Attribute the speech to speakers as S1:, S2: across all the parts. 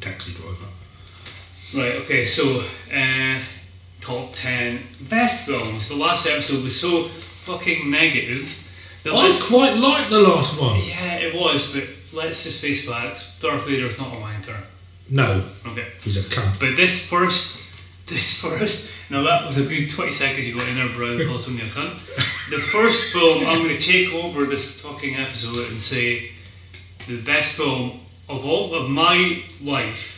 S1: Taxi driver.
S2: Right, okay, so uh, top 10 best films. The last episode was so fucking negative. that
S1: I
S2: let's-
S1: quite like the last one.
S2: yeah, it was, but let's just face facts Darth Vader's not a wanker.
S1: No,
S2: Okay.
S1: he's a cunt.
S2: But this first, this first, now that was a good 20 seconds you got in there, Brian, calls him a cunt. The first film, I'm going to take over this fucking episode and say the best film of all of my life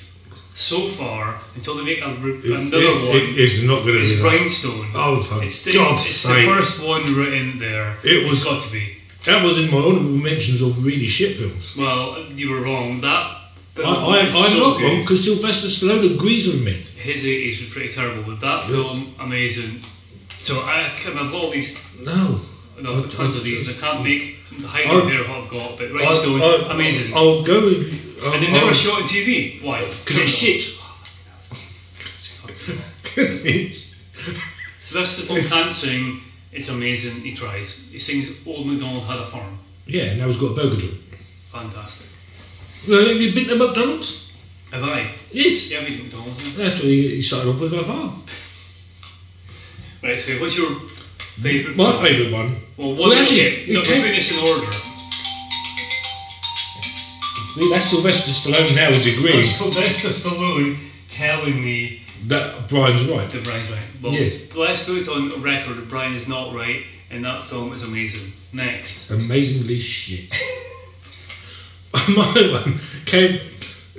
S2: so far until they make a, re- another
S1: It-
S2: one.
S1: it- it's not going to be.
S2: It's
S1: that.
S2: Rhinestone.
S1: Oh, for
S2: it's the,
S1: God's
S2: it's the
S1: sake.
S2: first one written there.
S1: It was-
S2: It's got to be.
S1: That was in my honourable mentions of really shit films.
S2: Well, you were wrong. That.
S1: I,
S2: film
S1: I, I'm
S2: is so
S1: not
S2: good.
S1: wrong because Sylvester Stallone agrees with me.
S2: his 80s were pretty terrible, but that film, amazing. So I can have all these,
S1: No.
S2: no,
S1: I-
S2: tons
S1: I-
S2: of these, I can't make the height
S1: I-
S2: of hair what I've got, but
S1: I-
S2: Rhinestone,
S1: I-
S2: amazing.
S1: I'll go with you.
S2: and they
S1: I'll-
S2: never
S1: I'll-
S2: shot on TV. Why? Because
S1: it's shit.
S2: Sylvester Stallone can't sing, it's amazing, he tries. He sings Old MacDonald Had a Farm.
S1: yeah, now he's got a burger joint.
S2: Fantastic.
S1: Well, have you been to McDonald's?
S2: Have I?
S1: Yes.
S2: Yeah, we do McDonald's. haven't
S1: That's where he he started off with by far.
S2: we? Right, so what's your favourite
S1: My
S2: film?
S1: favourite one.
S2: Well, what
S1: Well, actually,
S2: okay,
S1: it
S2: no,
S1: came-
S2: maybe this in order.
S1: Well, That's Sylvester Stallone now is agreeing
S2: Sylvester Stallone telling me
S1: that Brian's right.
S2: The Brian's right. Well,
S1: Yes.
S2: Let's put it on record that Brian is not right, and that film is amazing. Next.
S1: Amazingly shit. My one came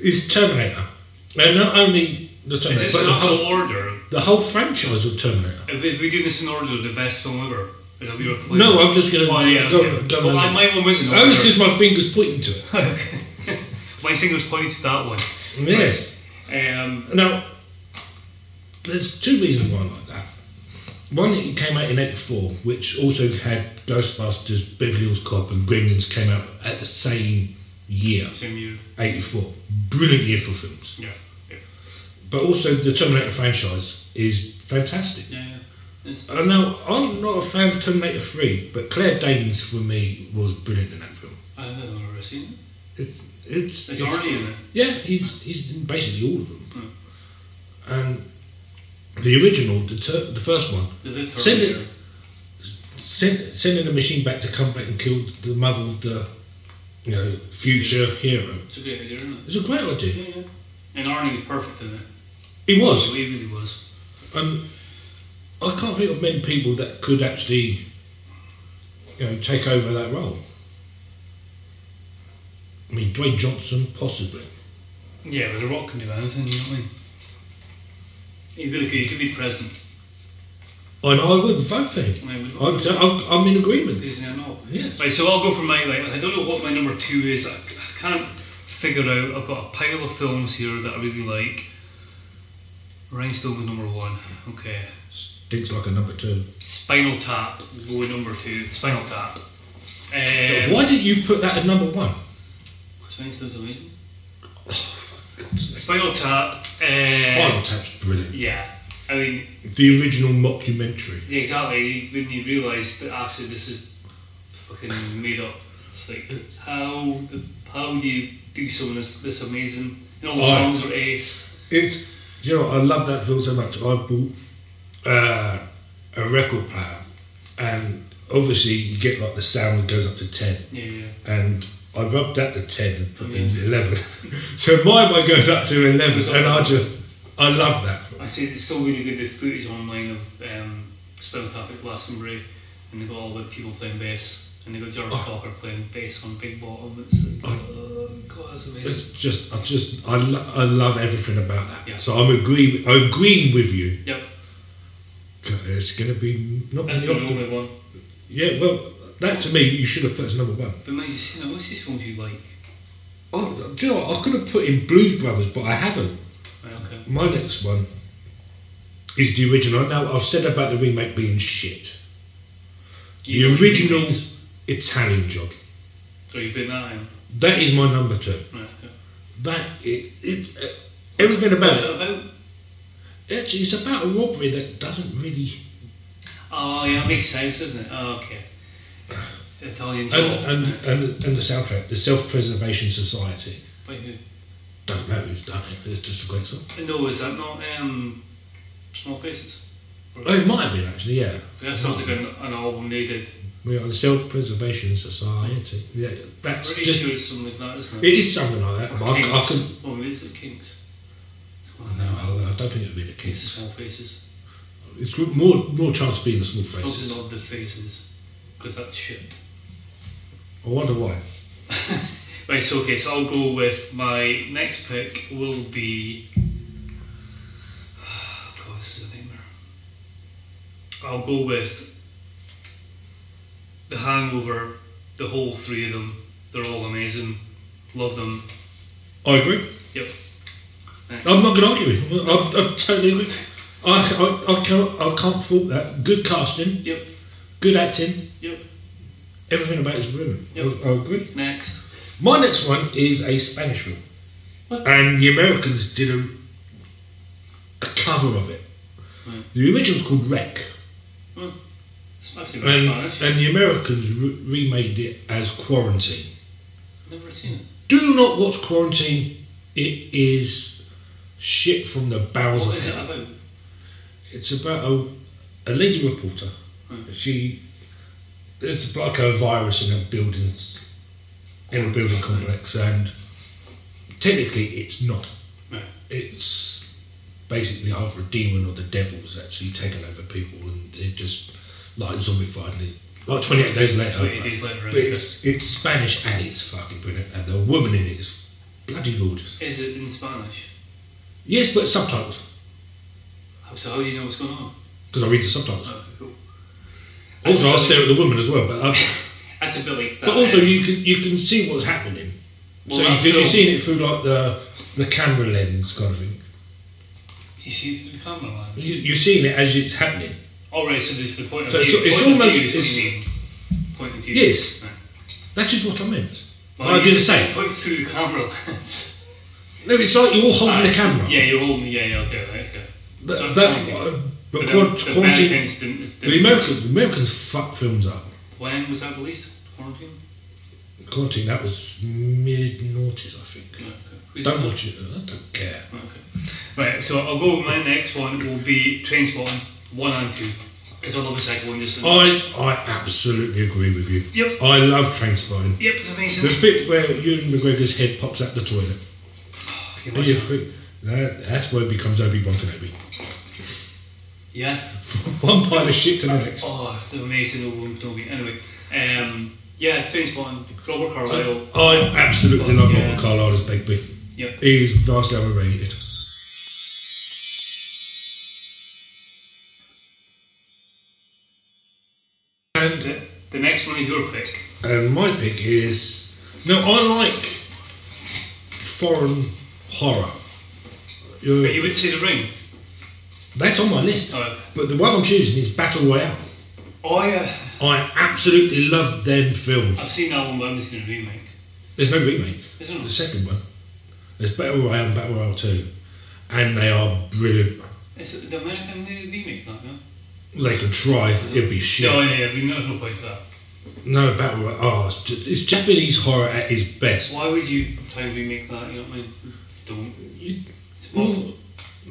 S1: is Terminator. And not only the
S2: Is
S1: Terminator,
S2: this
S1: but
S2: in
S1: the whole,
S2: actual order?
S1: the whole franchise of Terminator.
S2: If we- if we do this in order, the best film ever. Is that your claim?
S1: No, I'm just going to
S2: Oh, yeah,
S1: go.
S2: okay.
S1: go
S2: well,
S1: as-
S2: my, my one was in order.
S1: Only because my finger's pointing to it.
S2: my fingers pointed to that one.
S1: Yes.
S2: Um,
S1: Now, there's two reasons why I like that. One, it came out in 84, which also had Ghostbusters, Beverly Hills Cop, and Gremlins came out at the same year,
S2: same year.
S1: 84. Brilliant year for films.
S2: Yeah. Yeah.
S1: But also, the Terminator franchise is fantastic.
S2: Yeah. yeah.
S1: Uh, Now, I'm not a fan of Terminator 3, but Claire Danes, for me, was brilliant in that film.
S2: I've never seen it.
S1: It's,
S2: There's Arnie in it.
S1: Yeah, he's he's in basically all of them.
S2: Hmm.
S1: And the original, the, ter- the first one,
S2: The- the third
S1: Send it.
S2: year.
S1: send, sending the machine back to come back and kill the mother of the you know future hero.
S2: It's a great idea, isn't
S1: It's a great
S2: it?
S1: idea.
S2: Yeah, yeah. And Arnie was perfect in it.
S1: He was,
S2: He really was.
S1: and Um, I can't think of many people that could actually you know take over that role. I mean, Dwayne Johnson, possibly.
S2: Yeah, but The Rock can do anything, you know what I mean? He really could. He could be president.
S1: And I would vote for him.
S2: I would-
S1: I'd, I've- I'm in agreement.
S2: Isn't it not?
S1: Yeah.
S2: Right, so I'll go for my like. I don't know what my number two is. I, I can't figure out. I've got a pile of films here that I really like. Rhinestone was number one. Okay.
S1: Stinks like a number two.
S2: Spinal Tap. Go with number two. Spinal Tap. Um,
S1: Why did you put that at number one?
S2: Spinal's amazing.
S1: God's sake.
S2: Spinal Tap. Uh,
S1: Spinal Tap's brilliant.
S2: Yeah. I mean,
S1: The original mockumentary.
S2: yeah, exactly. When you realise that actually this is fucking made up, it's like how the, how do you do something that's this amazing? And all the
S1: Aye.
S2: songs are ace.
S1: It's do you know what? I love that film so much. I bought uh, a record player, and obviously you get like the sound that goes up to ten,
S2: Yeah, yeah.
S1: and I rubbed at the ten and put in
S2: Yeah.
S1: eleven. so my one goes up to eleven, and I just I love that.
S2: I see it's still really good. The footage online of um, Spinal Tap at Glastonbury, and they got all the people playing bass, and they got
S1: Oh.
S2: Jarvis Cocker playing bass on Big Bottom. It's like, oh, God, that's amazing.
S1: It's just I just I, lo- I love everything about that.
S2: Yeah.
S1: So I'm agree I'm agreeing with you.
S2: Yep,
S1: God, it's going to be not
S2: that's the
S1: not-
S2: only one.
S1: Yeah, well, that to me, you should have put as number one.
S2: But mate, you see, now, what's these films you like?
S1: Oh, do you know what? I could have put in Blues Brothers, but I haven't.
S2: Right, okay.
S1: My next one is the original. Now, I've said about the remake being shit.
S2: You
S1: the
S2: like
S1: original
S2: remakes?
S1: Italian job.
S2: So you put that in?
S1: That is my number two.
S2: Right, okay.
S1: that it, it uh, everything about
S2: What's
S1: it.
S2: it about?
S1: It's, it's about a robbery that doesn't really.
S2: Oh, yeah, it makes sense, doesn't it? Oh, okay. Italian
S1: And
S2: job.
S1: and, and, and the soundtrack, the Self Preservation Society.
S2: By who?
S1: Doesn't matter who's done it. It's just a great song.
S2: No, is that not um, Small Faces?
S1: Oh, it might have been actually. Yeah,
S2: That sounds like an, an album they did.
S1: we are the Self Preservation Society. Yeah, that's
S2: Pretty
S1: just.
S2: sure it's something like that, isn't
S1: It is something like that.
S2: Or
S1: But I, I can.
S2: Kings. Or is it Kings?
S1: No, I don't think it would be the
S2: Kings,
S1: case.
S2: Small Faces.
S1: It's more more chance of being the small
S2: Probably
S1: faces.
S2: not the Faces. Because that's shit.
S1: I wonder why.
S2: Right, so okay, so I'll go with my next pick will be. God, this is a nightmare. I'll go with The Hangover, the whole three of them. They're all amazing. Love them.
S1: I agree.
S2: Yep.
S1: I'm not going to argue with you. I, I totally agree. I, I, I, can't, I can't fault that. Good casting,
S2: Yep.
S1: good acting.
S2: Yep.
S1: Everything about it is brilliant.
S2: Yep.
S1: I, I agree.
S2: Next.
S1: My next one is a Spanish film.
S2: What?
S1: And the Americans did a, a cover of it.
S2: Right.
S1: The original's called Wreck.
S2: It's mostly about
S1: And,
S2: Spanish.
S1: and the Americans re- remade it as Quarantine.
S2: Never seen it.
S1: Do not watch Quarantine. It is shit from the
S2: What
S1: bowels of
S2: is it
S1: hell.
S2: about?
S1: It's about a, a lady reporter.
S2: Hmm.
S1: She it's like a virus in a building in a building complex, and technically it's not.
S2: No.
S1: It's basically either a demon or the devil's actually taken over people, and it just like zombified. And it, like twenty eight days later,
S2: 28
S1: but-
S2: days later.
S1: but it's it's Spanish and it's fucking brilliant, and the woman in it is bloody gorgeous.
S2: Is it in Spanish?
S1: Yes, but subtitles
S2: So how do you know what's going on?
S1: because I read the subtitles.
S2: Oh, cool.
S1: Also, I stare at the woman as well, but um, I,
S2: That's a bit like that. eh?
S1: but also you can you can see what's happening.
S2: Well,
S1: so because
S2: that
S1: you're
S2: film-
S1: seeing it through like the the camera lens kind of thing,
S2: You see the camera lens.
S1: you, you're seeing it as it's happening.
S2: All Oh, right, so this is the point of
S1: So
S2: view.
S1: it's- it's
S2: point
S1: almost-
S2: Of view is what
S1: it's-
S2: you mean. Point of view.
S1: Yes.
S2: Right.
S1: That is what I meant.
S2: Well,
S1: I
S2: you
S1: do the
S2: just
S1: same.
S2: Point through the camera lens.
S1: No, it's like you're all holding
S2: Right.
S1: the camera.
S2: Yeah, you're holding. Yeah, yeah, okay, right, okay.
S1: That-
S2: So-
S1: that's what. I-
S2: But
S1: But
S2: the-
S1: quar-
S2: the
S1: quarantine.
S2: Americans didn't-
S1: The
S2: didn't-
S1: American the Americans fuck films up.
S2: When was that released? Quarantine.
S1: Quarantine. That was mid noughties, I think.
S2: Yeah, okay.
S1: Don't watch it. I don't care.
S2: Okay. Right, so I'll go. with My next one will be Trainspotting one and two, because I love the second one just. so much.
S1: I I absolutely agree with you.
S2: Yep.
S1: I love Trainspotting.
S2: Yep, it's amazing.
S1: The bit where Ewan McGregor's head pops out the toilet.
S2: Okay,
S1: And
S2: watch
S1: you
S2: it.
S1: think, that, that's where it becomes Obi Wan Kenobi.
S2: Yeah.
S1: One pile of shit to the next.
S2: Oh, it's an amazing old one, Toby. Anyway, um, yeah, Trainspotting, Robert Carlyle.
S1: I absolutely love
S2: Yeah.
S1: Robert Carlyle as Begbie.
S2: Yeah.
S1: He's vastly overrated. And
S2: The, the next one is your pick.
S1: and my pick is no, I like foreign horror.
S2: But
S1: You're-
S2: you would see the ring.
S1: That's on my list.
S2: Oh,
S1: But the one I'm choosing is Battle Royale.
S2: oh yeah.
S1: I absolutely love them films.
S2: I've seen that one, but I haven't seen the remake.
S1: There's no remake.
S2: Isn't
S1: The
S2: it?
S1: second one. There's Battle Royale and Battle Royale 2. And they are brilliant.
S2: Is it the American the remake, that, no?
S1: They could try, it'd be shit.
S2: No, yeah, yeah, we know no point for that.
S1: No, Battle Royale. Oh, it's, ju- it's Japanese horror at its best.
S2: Why would you try and remake that, you know what I mean? Don't.
S1: You-
S2: It's
S1: Well,
S2: awful.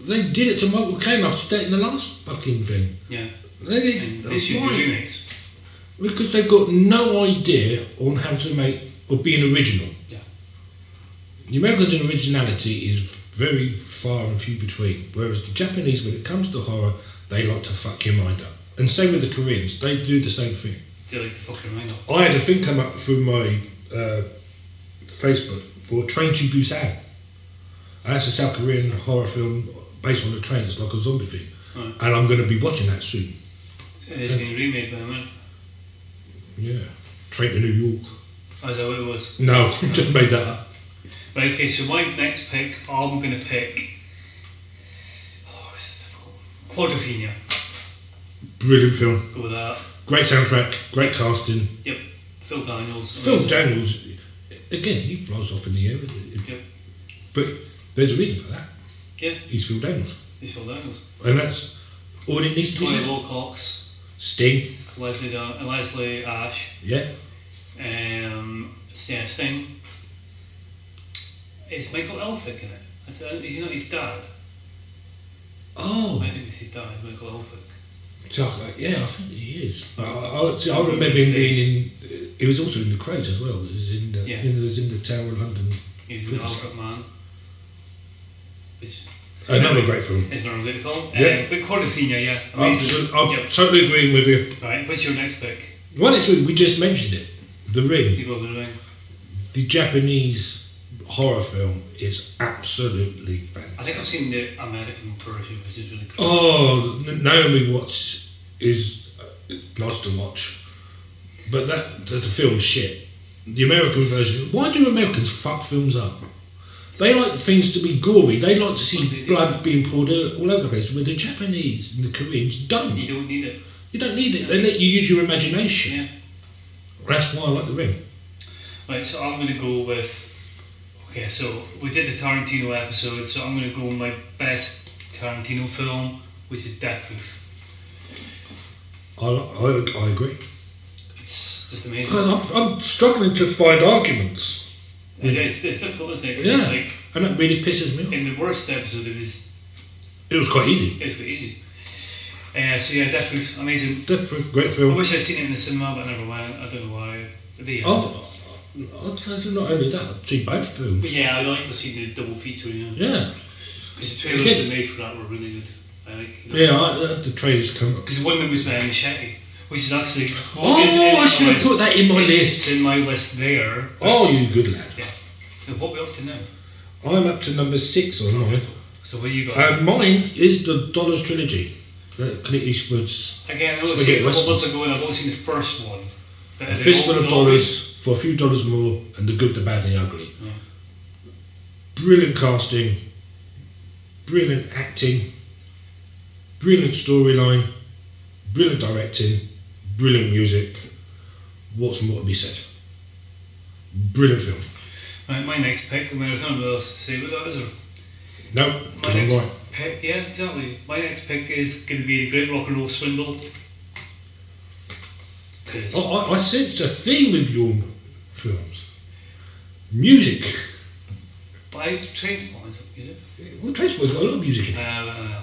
S1: they did it to Michael Caine after that in the last fucking thing.
S2: Yeah.
S1: They
S2: And
S1: did,
S2: they should do
S1: why?
S2: remakes.
S1: Because they've got no idea on how to make or be an original.
S2: Yeah.
S1: The American originality is very far and few between, whereas the Japanese, when it comes to horror, they like to fuck your mind up. And same with the Koreans, they do the same thing.
S2: Do like the fucking ring up.
S1: I had a thing come up through my uh, Facebook for Train to Busan. And that's a South Korean horror film based on a train. It's like a zombie thing,
S2: Right.
S1: and I'm going to be watching that soon.
S2: It's been remade by America.
S1: Yeah, Train to New York.
S2: Oh, is that what it was?
S1: No, just made that up.
S2: Right, okay, so my next pick, I'm going to pick. Oh, this is difficult. Quadrophenia.
S1: Brilliant film,
S2: Go with that.
S1: great soundtrack, great casting.
S2: Phil Daniels.
S1: Phil
S2: amazing.
S1: Daniels, again, he flies off in the air.
S2: Yep.
S1: But there's a reason for that.
S2: Yeah.
S1: Eastfield Daniels.
S2: He's Phil Daniels.
S1: And that's all it needs to be
S2: Tony
S1: said.
S2: Wilcox,
S1: Sting,
S2: Leslie, Dan- Leslie Ash,
S1: yeah.
S2: um, Sting. Sting. Is Michael Elphick in it? I th- He's not his dad. I
S1: Oh.
S2: think it's his dad, Michael Elphick.
S1: So, I- yeah, I think he is. I, I, I, see, I remember him being in. He was also in the Crows as well. He was in the,
S2: Yeah.
S1: in, he was in the Tower of London.
S2: He was in the
S1: Goodness.
S2: Alfred Man. It's,
S1: Another great film.
S2: it's not a good film.
S1: Yeah. Oh,
S2: Uh, but Cordophenia, yeah.
S1: I'm,
S2: amazing.
S1: I'm
S2: Yep.
S1: totally agreeing with you.
S2: Right, what's your next pick?
S1: One next week, we just mentioned it. The Ring,
S2: People have been doing.
S1: the Japanese horror film, is absolutely
S2: I
S1: fantastic.
S2: think I've seen the American version, which is really cool.
S1: Oh, N- Naomi Watts is uh, nice to watch, but that that's a film shit. The American version. Why do Americans fuck films up? They like things to be gory. They like to see blood being poured out all over the place. Where the Japanese and the Koreans don't.
S2: You don't need it.
S1: You don't need it. They let you use your imagination.
S2: Yeah.
S1: That's why I like The Ring.
S2: Right, so I'm going to go with. Okay, so we did the Tarantino episode, so I'm going to go with my best Tarantino film, which is Death Proof.
S1: I, I, I agree.
S2: It's just amazing.
S1: I'm, I'm struggling to find arguments,
S2: And it's, it's difficult, isn't it? 'Cause
S1: Yeah.
S2: Like,
S1: and that really pisses me off.
S2: in the worst episode, it was
S1: It was quite easy.
S2: it was quite easy. Uh, so yeah, Death Proof, amazing.
S1: Death Proof, great
S2: I
S1: film.
S2: wish I'd seen it in the cinema, but I never went. I don't know why. The,
S1: Oh, I'd not only that, I'd see both
S2: But
S1: films.
S2: yeah, I'd like to see the double feature, you know.
S1: Yeah,
S2: Because the trailers they made for that were really good. I like. You know.
S1: yeah. I, uh, the trailers come.
S2: Because the woman was uh, machete, which is actually.
S1: Oh, I should have put that in my
S2: It's
S1: list.
S2: in my list there.
S1: Oh, you good lad.
S2: And what we up to now?
S1: I'm up to number six or nine.
S2: So what you got?
S1: And mine is the Dollars trilogy. That Clint Eastwood's
S2: Again, I only
S1: spaghetti
S2: seen it a
S1: westerns.
S2: couple months ago, and I've only seen the first one. But
S1: A
S2: they
S1: Fistful
S2: all-
S1: of
S2: they all-
S1: Dollars for a few dollars more, and the good, the bad, and the ugly.
S2: Yeah.
S1: Brilliant casting, brilliant acting, brilliant storyline, brilliant directing, brilliant music. What's more to be said? Brilliant film.
S2: Right, my next pick. I mean, there's nothing else to say about that, is there?
S1: No, 'cause I'm
S2: next
S1: right.
S2: pick, yeah, exactly. My next pick is going to be the Great Rock and Roll Swindle. 'Cause-
S1: I, I, I sense a theme with your films. Music.
S2: by train spots, is it?
S1: Well, Transport's got a lot of music in it.
S2: Uh, I don't know.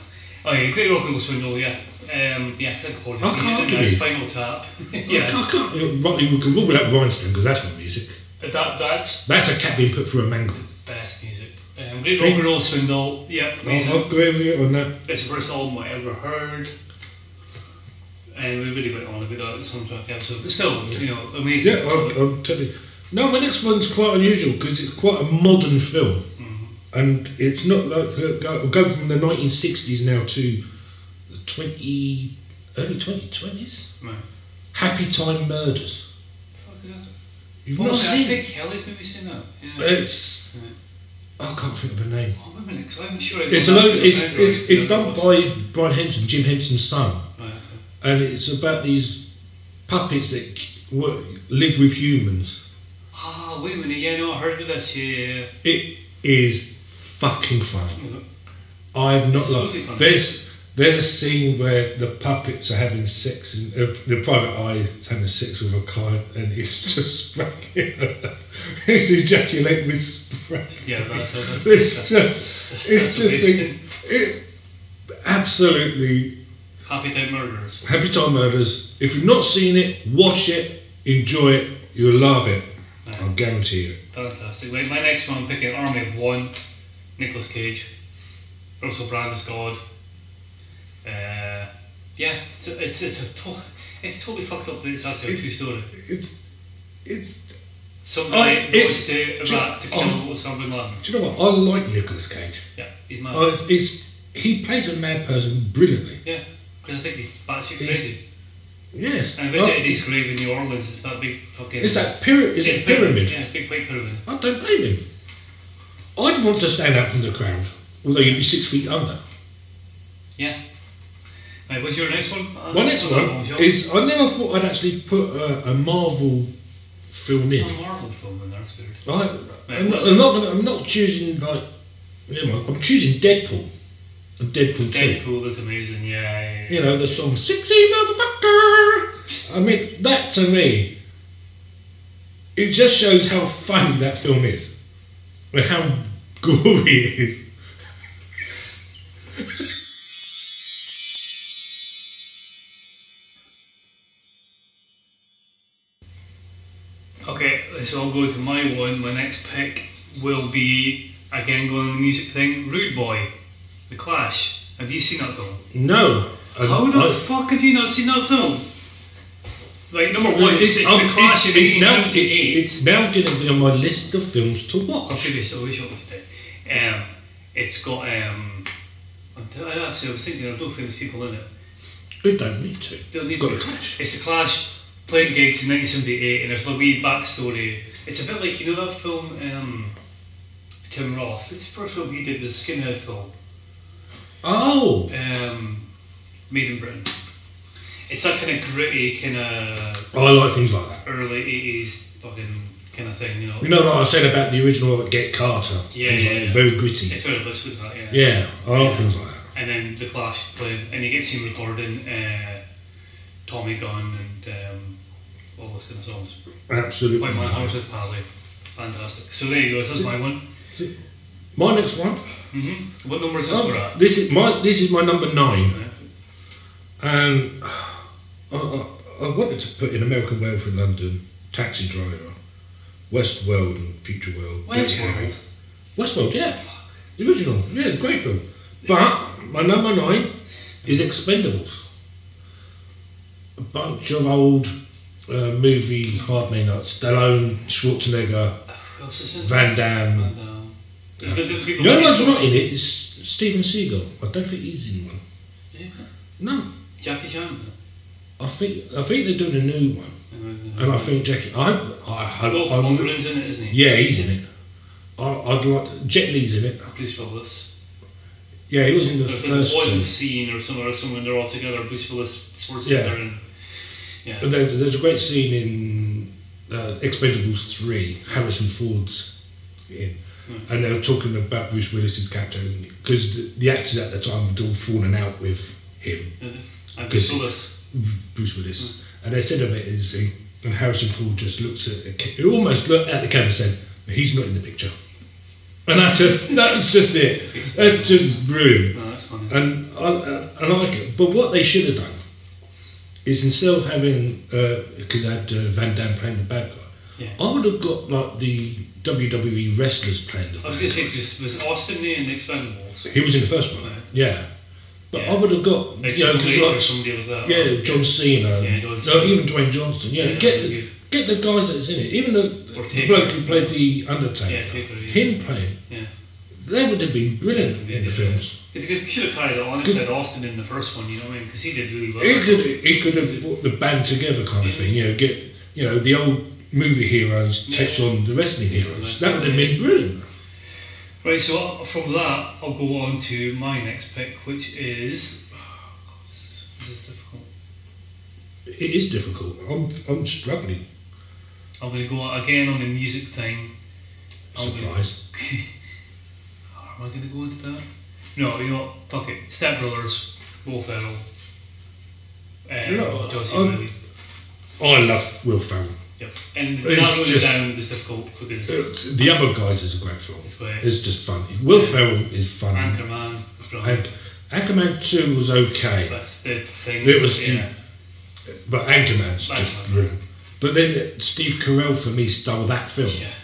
S2: oh yeah, Great Rock and Roll Swindle, yeah. Um, yeah, I think I've
S1: I can't
S2: heard it.
S1: argue.
S2: Nice final tap.
S1: I
S2: yeah,
S1: can't, I can't, you know, you can rule out Rhinestone because that's not music.
S2: that, that's
S1: That's a cat being put through a mangle.
S2: best music. Um, Great
S1: Think-
S2: Rock and Roll Swindle,
S1: Oh,
S2: yeah, amazing.
S1: I'll agree with you on that.
S2: It's the first album I ever heard. And we really went on about that at the soundtrack episode, but still, you know, amazing.
S1: Yeah, I'll, I'll tell you. No, my next one's quite unusual because it's quite a modern film,
S2: Mm-hmm.
S1: and it's not like we're go- we're going from the 1960s now to the 20 early 2020s.
S2: Right.
S1: Happy Time Murders.
S2: Fuck is that?
S1: You've
S2: Oh,
S1: not
S2: I
S1: seen it.
S2: think Kelly's maybe seen that. Yeah.
S1: It's I can't think of a name.
S2: oh, wait a minute, 'cause I'm sure I
S1: It's a
S2: don't
S1: lo-
S2: know.
S1: it's,
S2: I don't know.
S1: it's, it's done by Brian Henson, Jim Henson's son.
S2: Right, okay.
S1: and it's about these puppets that work, live with humans.
S2: Ah, wait a minute, yeah, no, I heard of this, yeah, yeah, yeah.
S1: It is fucking funny. I've not
S2: It's totally
S1: loved.
S2: funny.
S1: There's there's a scene where the puppets are having sex, and uh, the private eye is having sex with a client, and it's just spraying. it's ejaculate with spray.
S2: Yeah, that's it.
S1: It's
S2: That's-
S1: just it's
S2: that's
S1: just
S2: amazing.
S1: been, it, absolutely
S2: Happy Dead Murderers.
S1: Happy Time Murders. If you've not seen it, watch it, enjoy it, you'll love it. I'll guarantee you.
S2: Fantastic. Right, my next one, I'm picking Army of One, Nicolas Cage, Russell Brand as God. Uh, yeah, it's a, it's, it's a to- it's totally fucked up that it's actually a true
S1: It's-
S2: story.
S1: It's, it's.
S2: Somebody
S1: I-
S2: goes
S1: Oh, it's- oh.
S2: to Iraq to kill Osama bin Laden.
S1: Do you know what? I like Nicolas Cage.
S2: Yeah, he's mad.
S1: I, Oh, it's he plays a mad person brilliantly.
S2: Because I think he's batshit
S1: He's-
S2: crazy.
S1: Yes.
S2: And
S1: I-
S2: visited his grave in New Orleans. It's that big fucking.
S1: Oh. it's that pyramid. It's
S2: it's
S1: a
S2: big-
S1: pyramid.
S2: Yeah, big white pyramid.
S1: I don't blame him. I'd want to stand out from the crowd, although you'd be six feet under.
S2: Right, what's your next one? Uh,
S1: My next
S2: another
S1: one
S2: Sean.
S1: is I never thought I'd actually put a, a Marvel film in.
S2: a Marvel film in there, it's weird.
S1: Oh. I, I'm, not, I'm, not, gonna- I'm not choosing like you know, I'm choosing Deadpool. And Deadpool 2.
S2: Deadpool is amazing. Yeah, yeah, yeah.
S1: You know, the song Sexy Motherfucker! I mean, that to me, it just shows how funny that film is. And how gory it is.
S2: Okay, let's all go to my one. My next pick will be again going on the music thing. Rude Boy, The Clash. Have you seen that film?
S1: No. I-
S2: How the
S1: I-
S2: fuck have you not seen that film? Like number
S1: Well,
S2: one, it's, it's
S1: oh,
S2: The Clash of
S1: it's- it's now, it's,
S2: 1878.
S1: it's now going to be on my list of films to
S2: I'll
S1: watch.
S2: give you a solution today. Um, it's got um. I'm t- I Actually, I was thinking there's no famous people in it.
S1: We don't need to.
S2: Don't need
S1: It's got
S2: to.
S1: a clash.
S2: It's the Clash playing gigs in 1978, and there's a wee backstory. It's a bit like you know that film um, Tim Roth. It's the first film he did was a Skinhead film,
S1: Oh!
S2: um, Made in Britain. It's that kind of gritty, kind of
S1: I like things like that.
S2: early 80s fucking kind of thing, you know.
S1: You know, like I said about the original like, Get Carter.
S2: Yeah,
S1: things
S2: yeah,
S1: like that,
S2: yeah.
S1: Very gritty.
S2: It's sort of this with that, yeah.
S1: Yeah, I like
S2: Yeah.
S1: things like that.
S2: and then the Clash played, and you get seen recording uh, Tommy Gunn and um, all those kind of songs.
S1: Absolutely.
S2: White Man Horse with Pally, fantastic. So there you go. That's my one.
S1: My next one.
S2: Mm-hmm. What number is this for at?
S1: This is my this is my number nine, and I, I, I wanted to put in American Werewolf in London, Taxi Driver, Westworld, and Future World.
S2: Where's
S1: Dead World.
S2: World?
S1: Westworld, yeah, the original, yeah, it's a great film. But my number nine is Expendables, a bunch of old uh, movie hard men like Stallone, Schwarzenegger,
S2: Who else is in? it?
S1: Van Damme.
S2: And, um, there's good different people.
S1: The only one's not in it is Steven Seagal. I don't think he's in one.
S2: Yeah.
S1: No,
S2: Jackie Chan.
S1: I think I think they're doing a new one, and I think Jackie. I I, I,
S2: Dolph
S1: I-
S2: Lundgren's in it, isn't he?
S1: yeah, he's in it. I, I'd like to, Jet Li's in it.
S2: Bruce Willis.
S1: Yeah, he was in the
S2: There's been
S1: first
S2: one
S1: two.
S2: scene or somewhere, or somewhere they're all together. Bruce Willis,
S1: Yeah.
S2: Schwarzenegger, and
S1: And there, there's a great scene in uh, Expendables Three. Harrison Ford's in, and they were talking about Bruce Willis's character because the, the actors at the time had all fallen out with him.
S2: and Bruce
S1: Good.
S2: Willis.
S1: Bruce Willis, and they said of it is he, and Harrison Ford just looks at the, ca- he almost looked at the camera and said, "He's not in the picture," and that's just that's just it. That's just brilliant,
S2: No, that's funny.
S1: and I, I, I like it. But what they should have done is instead of having because I had uh, Van Damme playing the bad guy,
S2: Yeah.
S1: I would have got like the WWE wrestlers playing the.
S2: I
S1: Bad
S2: was going to say,
S1: guy.
S2: was, was Austin there in the Expendables?
S1: He was in the first one,
S2: Right.
S1: yeah. But
S2: Yeah.
S1: I would have got
S2: Like
S1: you know,
S2: Triple
S1: 'cause
S2: H or
S1: like-
S2: somebody like that?
S1: yeah, John Cena.
S2: Yeah, John
S1: No,
S2: Cena.
S1: even Dwayne Johnson. Yeah,
S2: Yeah,
S1: get
S2: yeah.
S1: the, get the guys that's in it. Even the, the
S2: Taker.
S1: bloke who played the Undertaker.
S2: Yeah, Taker, yeah.
S1: Him playing.
S2: Yeah.
S1: They would have been brilliant in
S2: Yeah.
S1: the films.
S2: They could- should have carried it on if they had Austin in the first one, you know what I mean? Because he did really well.
S1: He could he could have brought the band together kind of
S2: Yeah.
S1: thing. You know, get you know the old movie heroes
S2: Yeah.
S1: takes on the wrestling heroes. That would have been brilliant.
S2: Right, so I'll- from that, I'll go on to my next pick, which is. oh, God, This is difficult.
S1: It is difficult. I'm I'm struggling.
S2: I'm going to go again on the music thing. I'm gonna-
S1: Surprise.
S2: Am I going to go into that? No, you know what? Fuck it. Step Brothers, Will Ferrell. Um,
S1: You know,
S2: Josie
S1: I'm-
S2: Ridley.
S1: I love Will Ferrell.
S2: Yep. And
S1: It's
S2: narrowing it
S1: just-
S2: down was difficult because
S1: Uh, The other guys is a great film.
S2: it's like
S1: It's just funny. Will Ferrell is funny.
S2: Anchorman. was brilliant.
S1: Anch- Anchorman 2 was okay,
S2: That's the thing.
S1: It was
S2: yeah.
S1: but Anchorman's
S2: That's
S1: just
S2: fine.
S1: brilliant. But then uh, Steve Carell for me stole that film.
S2: Yeah.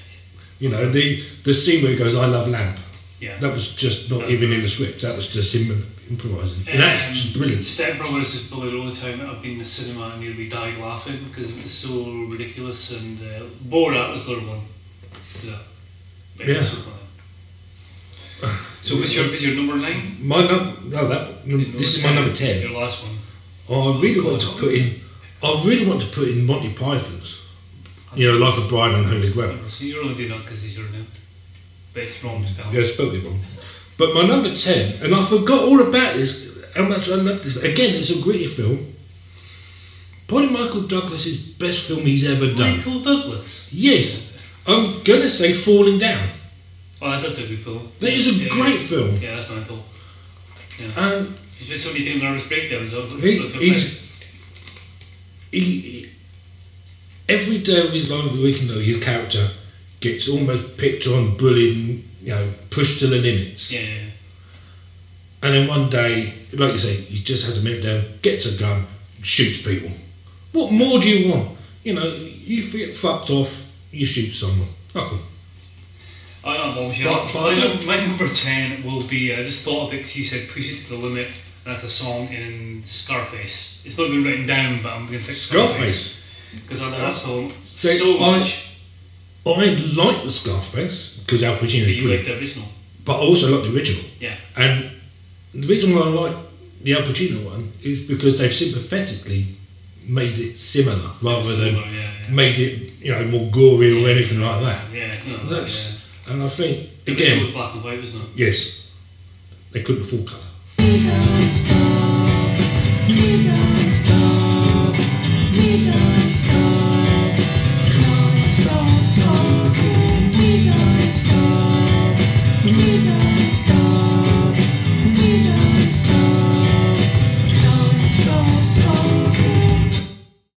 S1: You know, the, the scene where he goes, I love lamp.
S2: Yeah.
S1: That was just not even in the script, that was just him improvising. And
S2: Um,
S1: that's just brilliant.
S2: Step Brothers is probably the only time that I've been in the cinema and nearly died laughing because it was so ridiculous. And uh, Borat was the other one. Yeah. But it was
S1: Yeah.
S2: So, funny. so what's your, what's your number nine?
S1: My num- no, that, this is my number 10.
S2: Your last one.
S1: I really want to put in, I really want to put in Monty Python's. You know, Life of Brian and Holy Grail.
S2: So you're only doing that because he's your new best wrong film.
S1: Yeah, it's probably wrong. But my number 10, and I forgot all about this, how much I love this. Again, it's a gritty film. Probably Michael Douglas's best film he's ever done.
S2: Michael Douglas.
S1: Yes, I'm going to say Falling Down.
S2: Well, Oh, that's, that's a good pull.
S1: That is a
S2: Yeah,
S1: great film.
S2: Yeah, that's my pull.
S1: Um,
S2: He's been so many different nervous breakdowns. so-
S1: he,
S2: so- so-
S1: he's he, he- every day of his life, every weekend though, his character gets almost picked on, bullied, and, you know, pushed to the limits.
S2: Yeah, yeah,
S1: And then one day, like you say, he just has a meltdown, gets a gun, shoots people. What more do you want? You know, you get fucked off, you shoot someone. Fuck 'em.
S2: I don't know, Bombshell.
S1: But- but I
S2: my,
S1: don't-
S2: num- my number 10 will be, I just thought of it because you said push it to the limit. and That's a song in Scarface. It's not been written down, but I'm going to take
S1: Scarface.
S2: Scarface.
S1: oh,
S2: Because I love that song
S1: So,
S2: so
S1: I-
S2: much.
S1: I like the Scarface because Al Pacino
S2: that
S1: is
S2: you
S1: brilliant,
S2: like the original.
S1: but I also like the original.
S2: Yeah.
S1: And the reason why I like the Al Pacino one is because they've sympathetically made it similar rather than
S2: Similar, yeah, yeah.
S1: made it you know more gory or anything like that.
S2: Yeah, it's not. yeah.
S1: That's and I think
S2: It
S1: again
S2: was black and white, wasn't it?
S1: yes, they couldn't afford colour.
S3: Either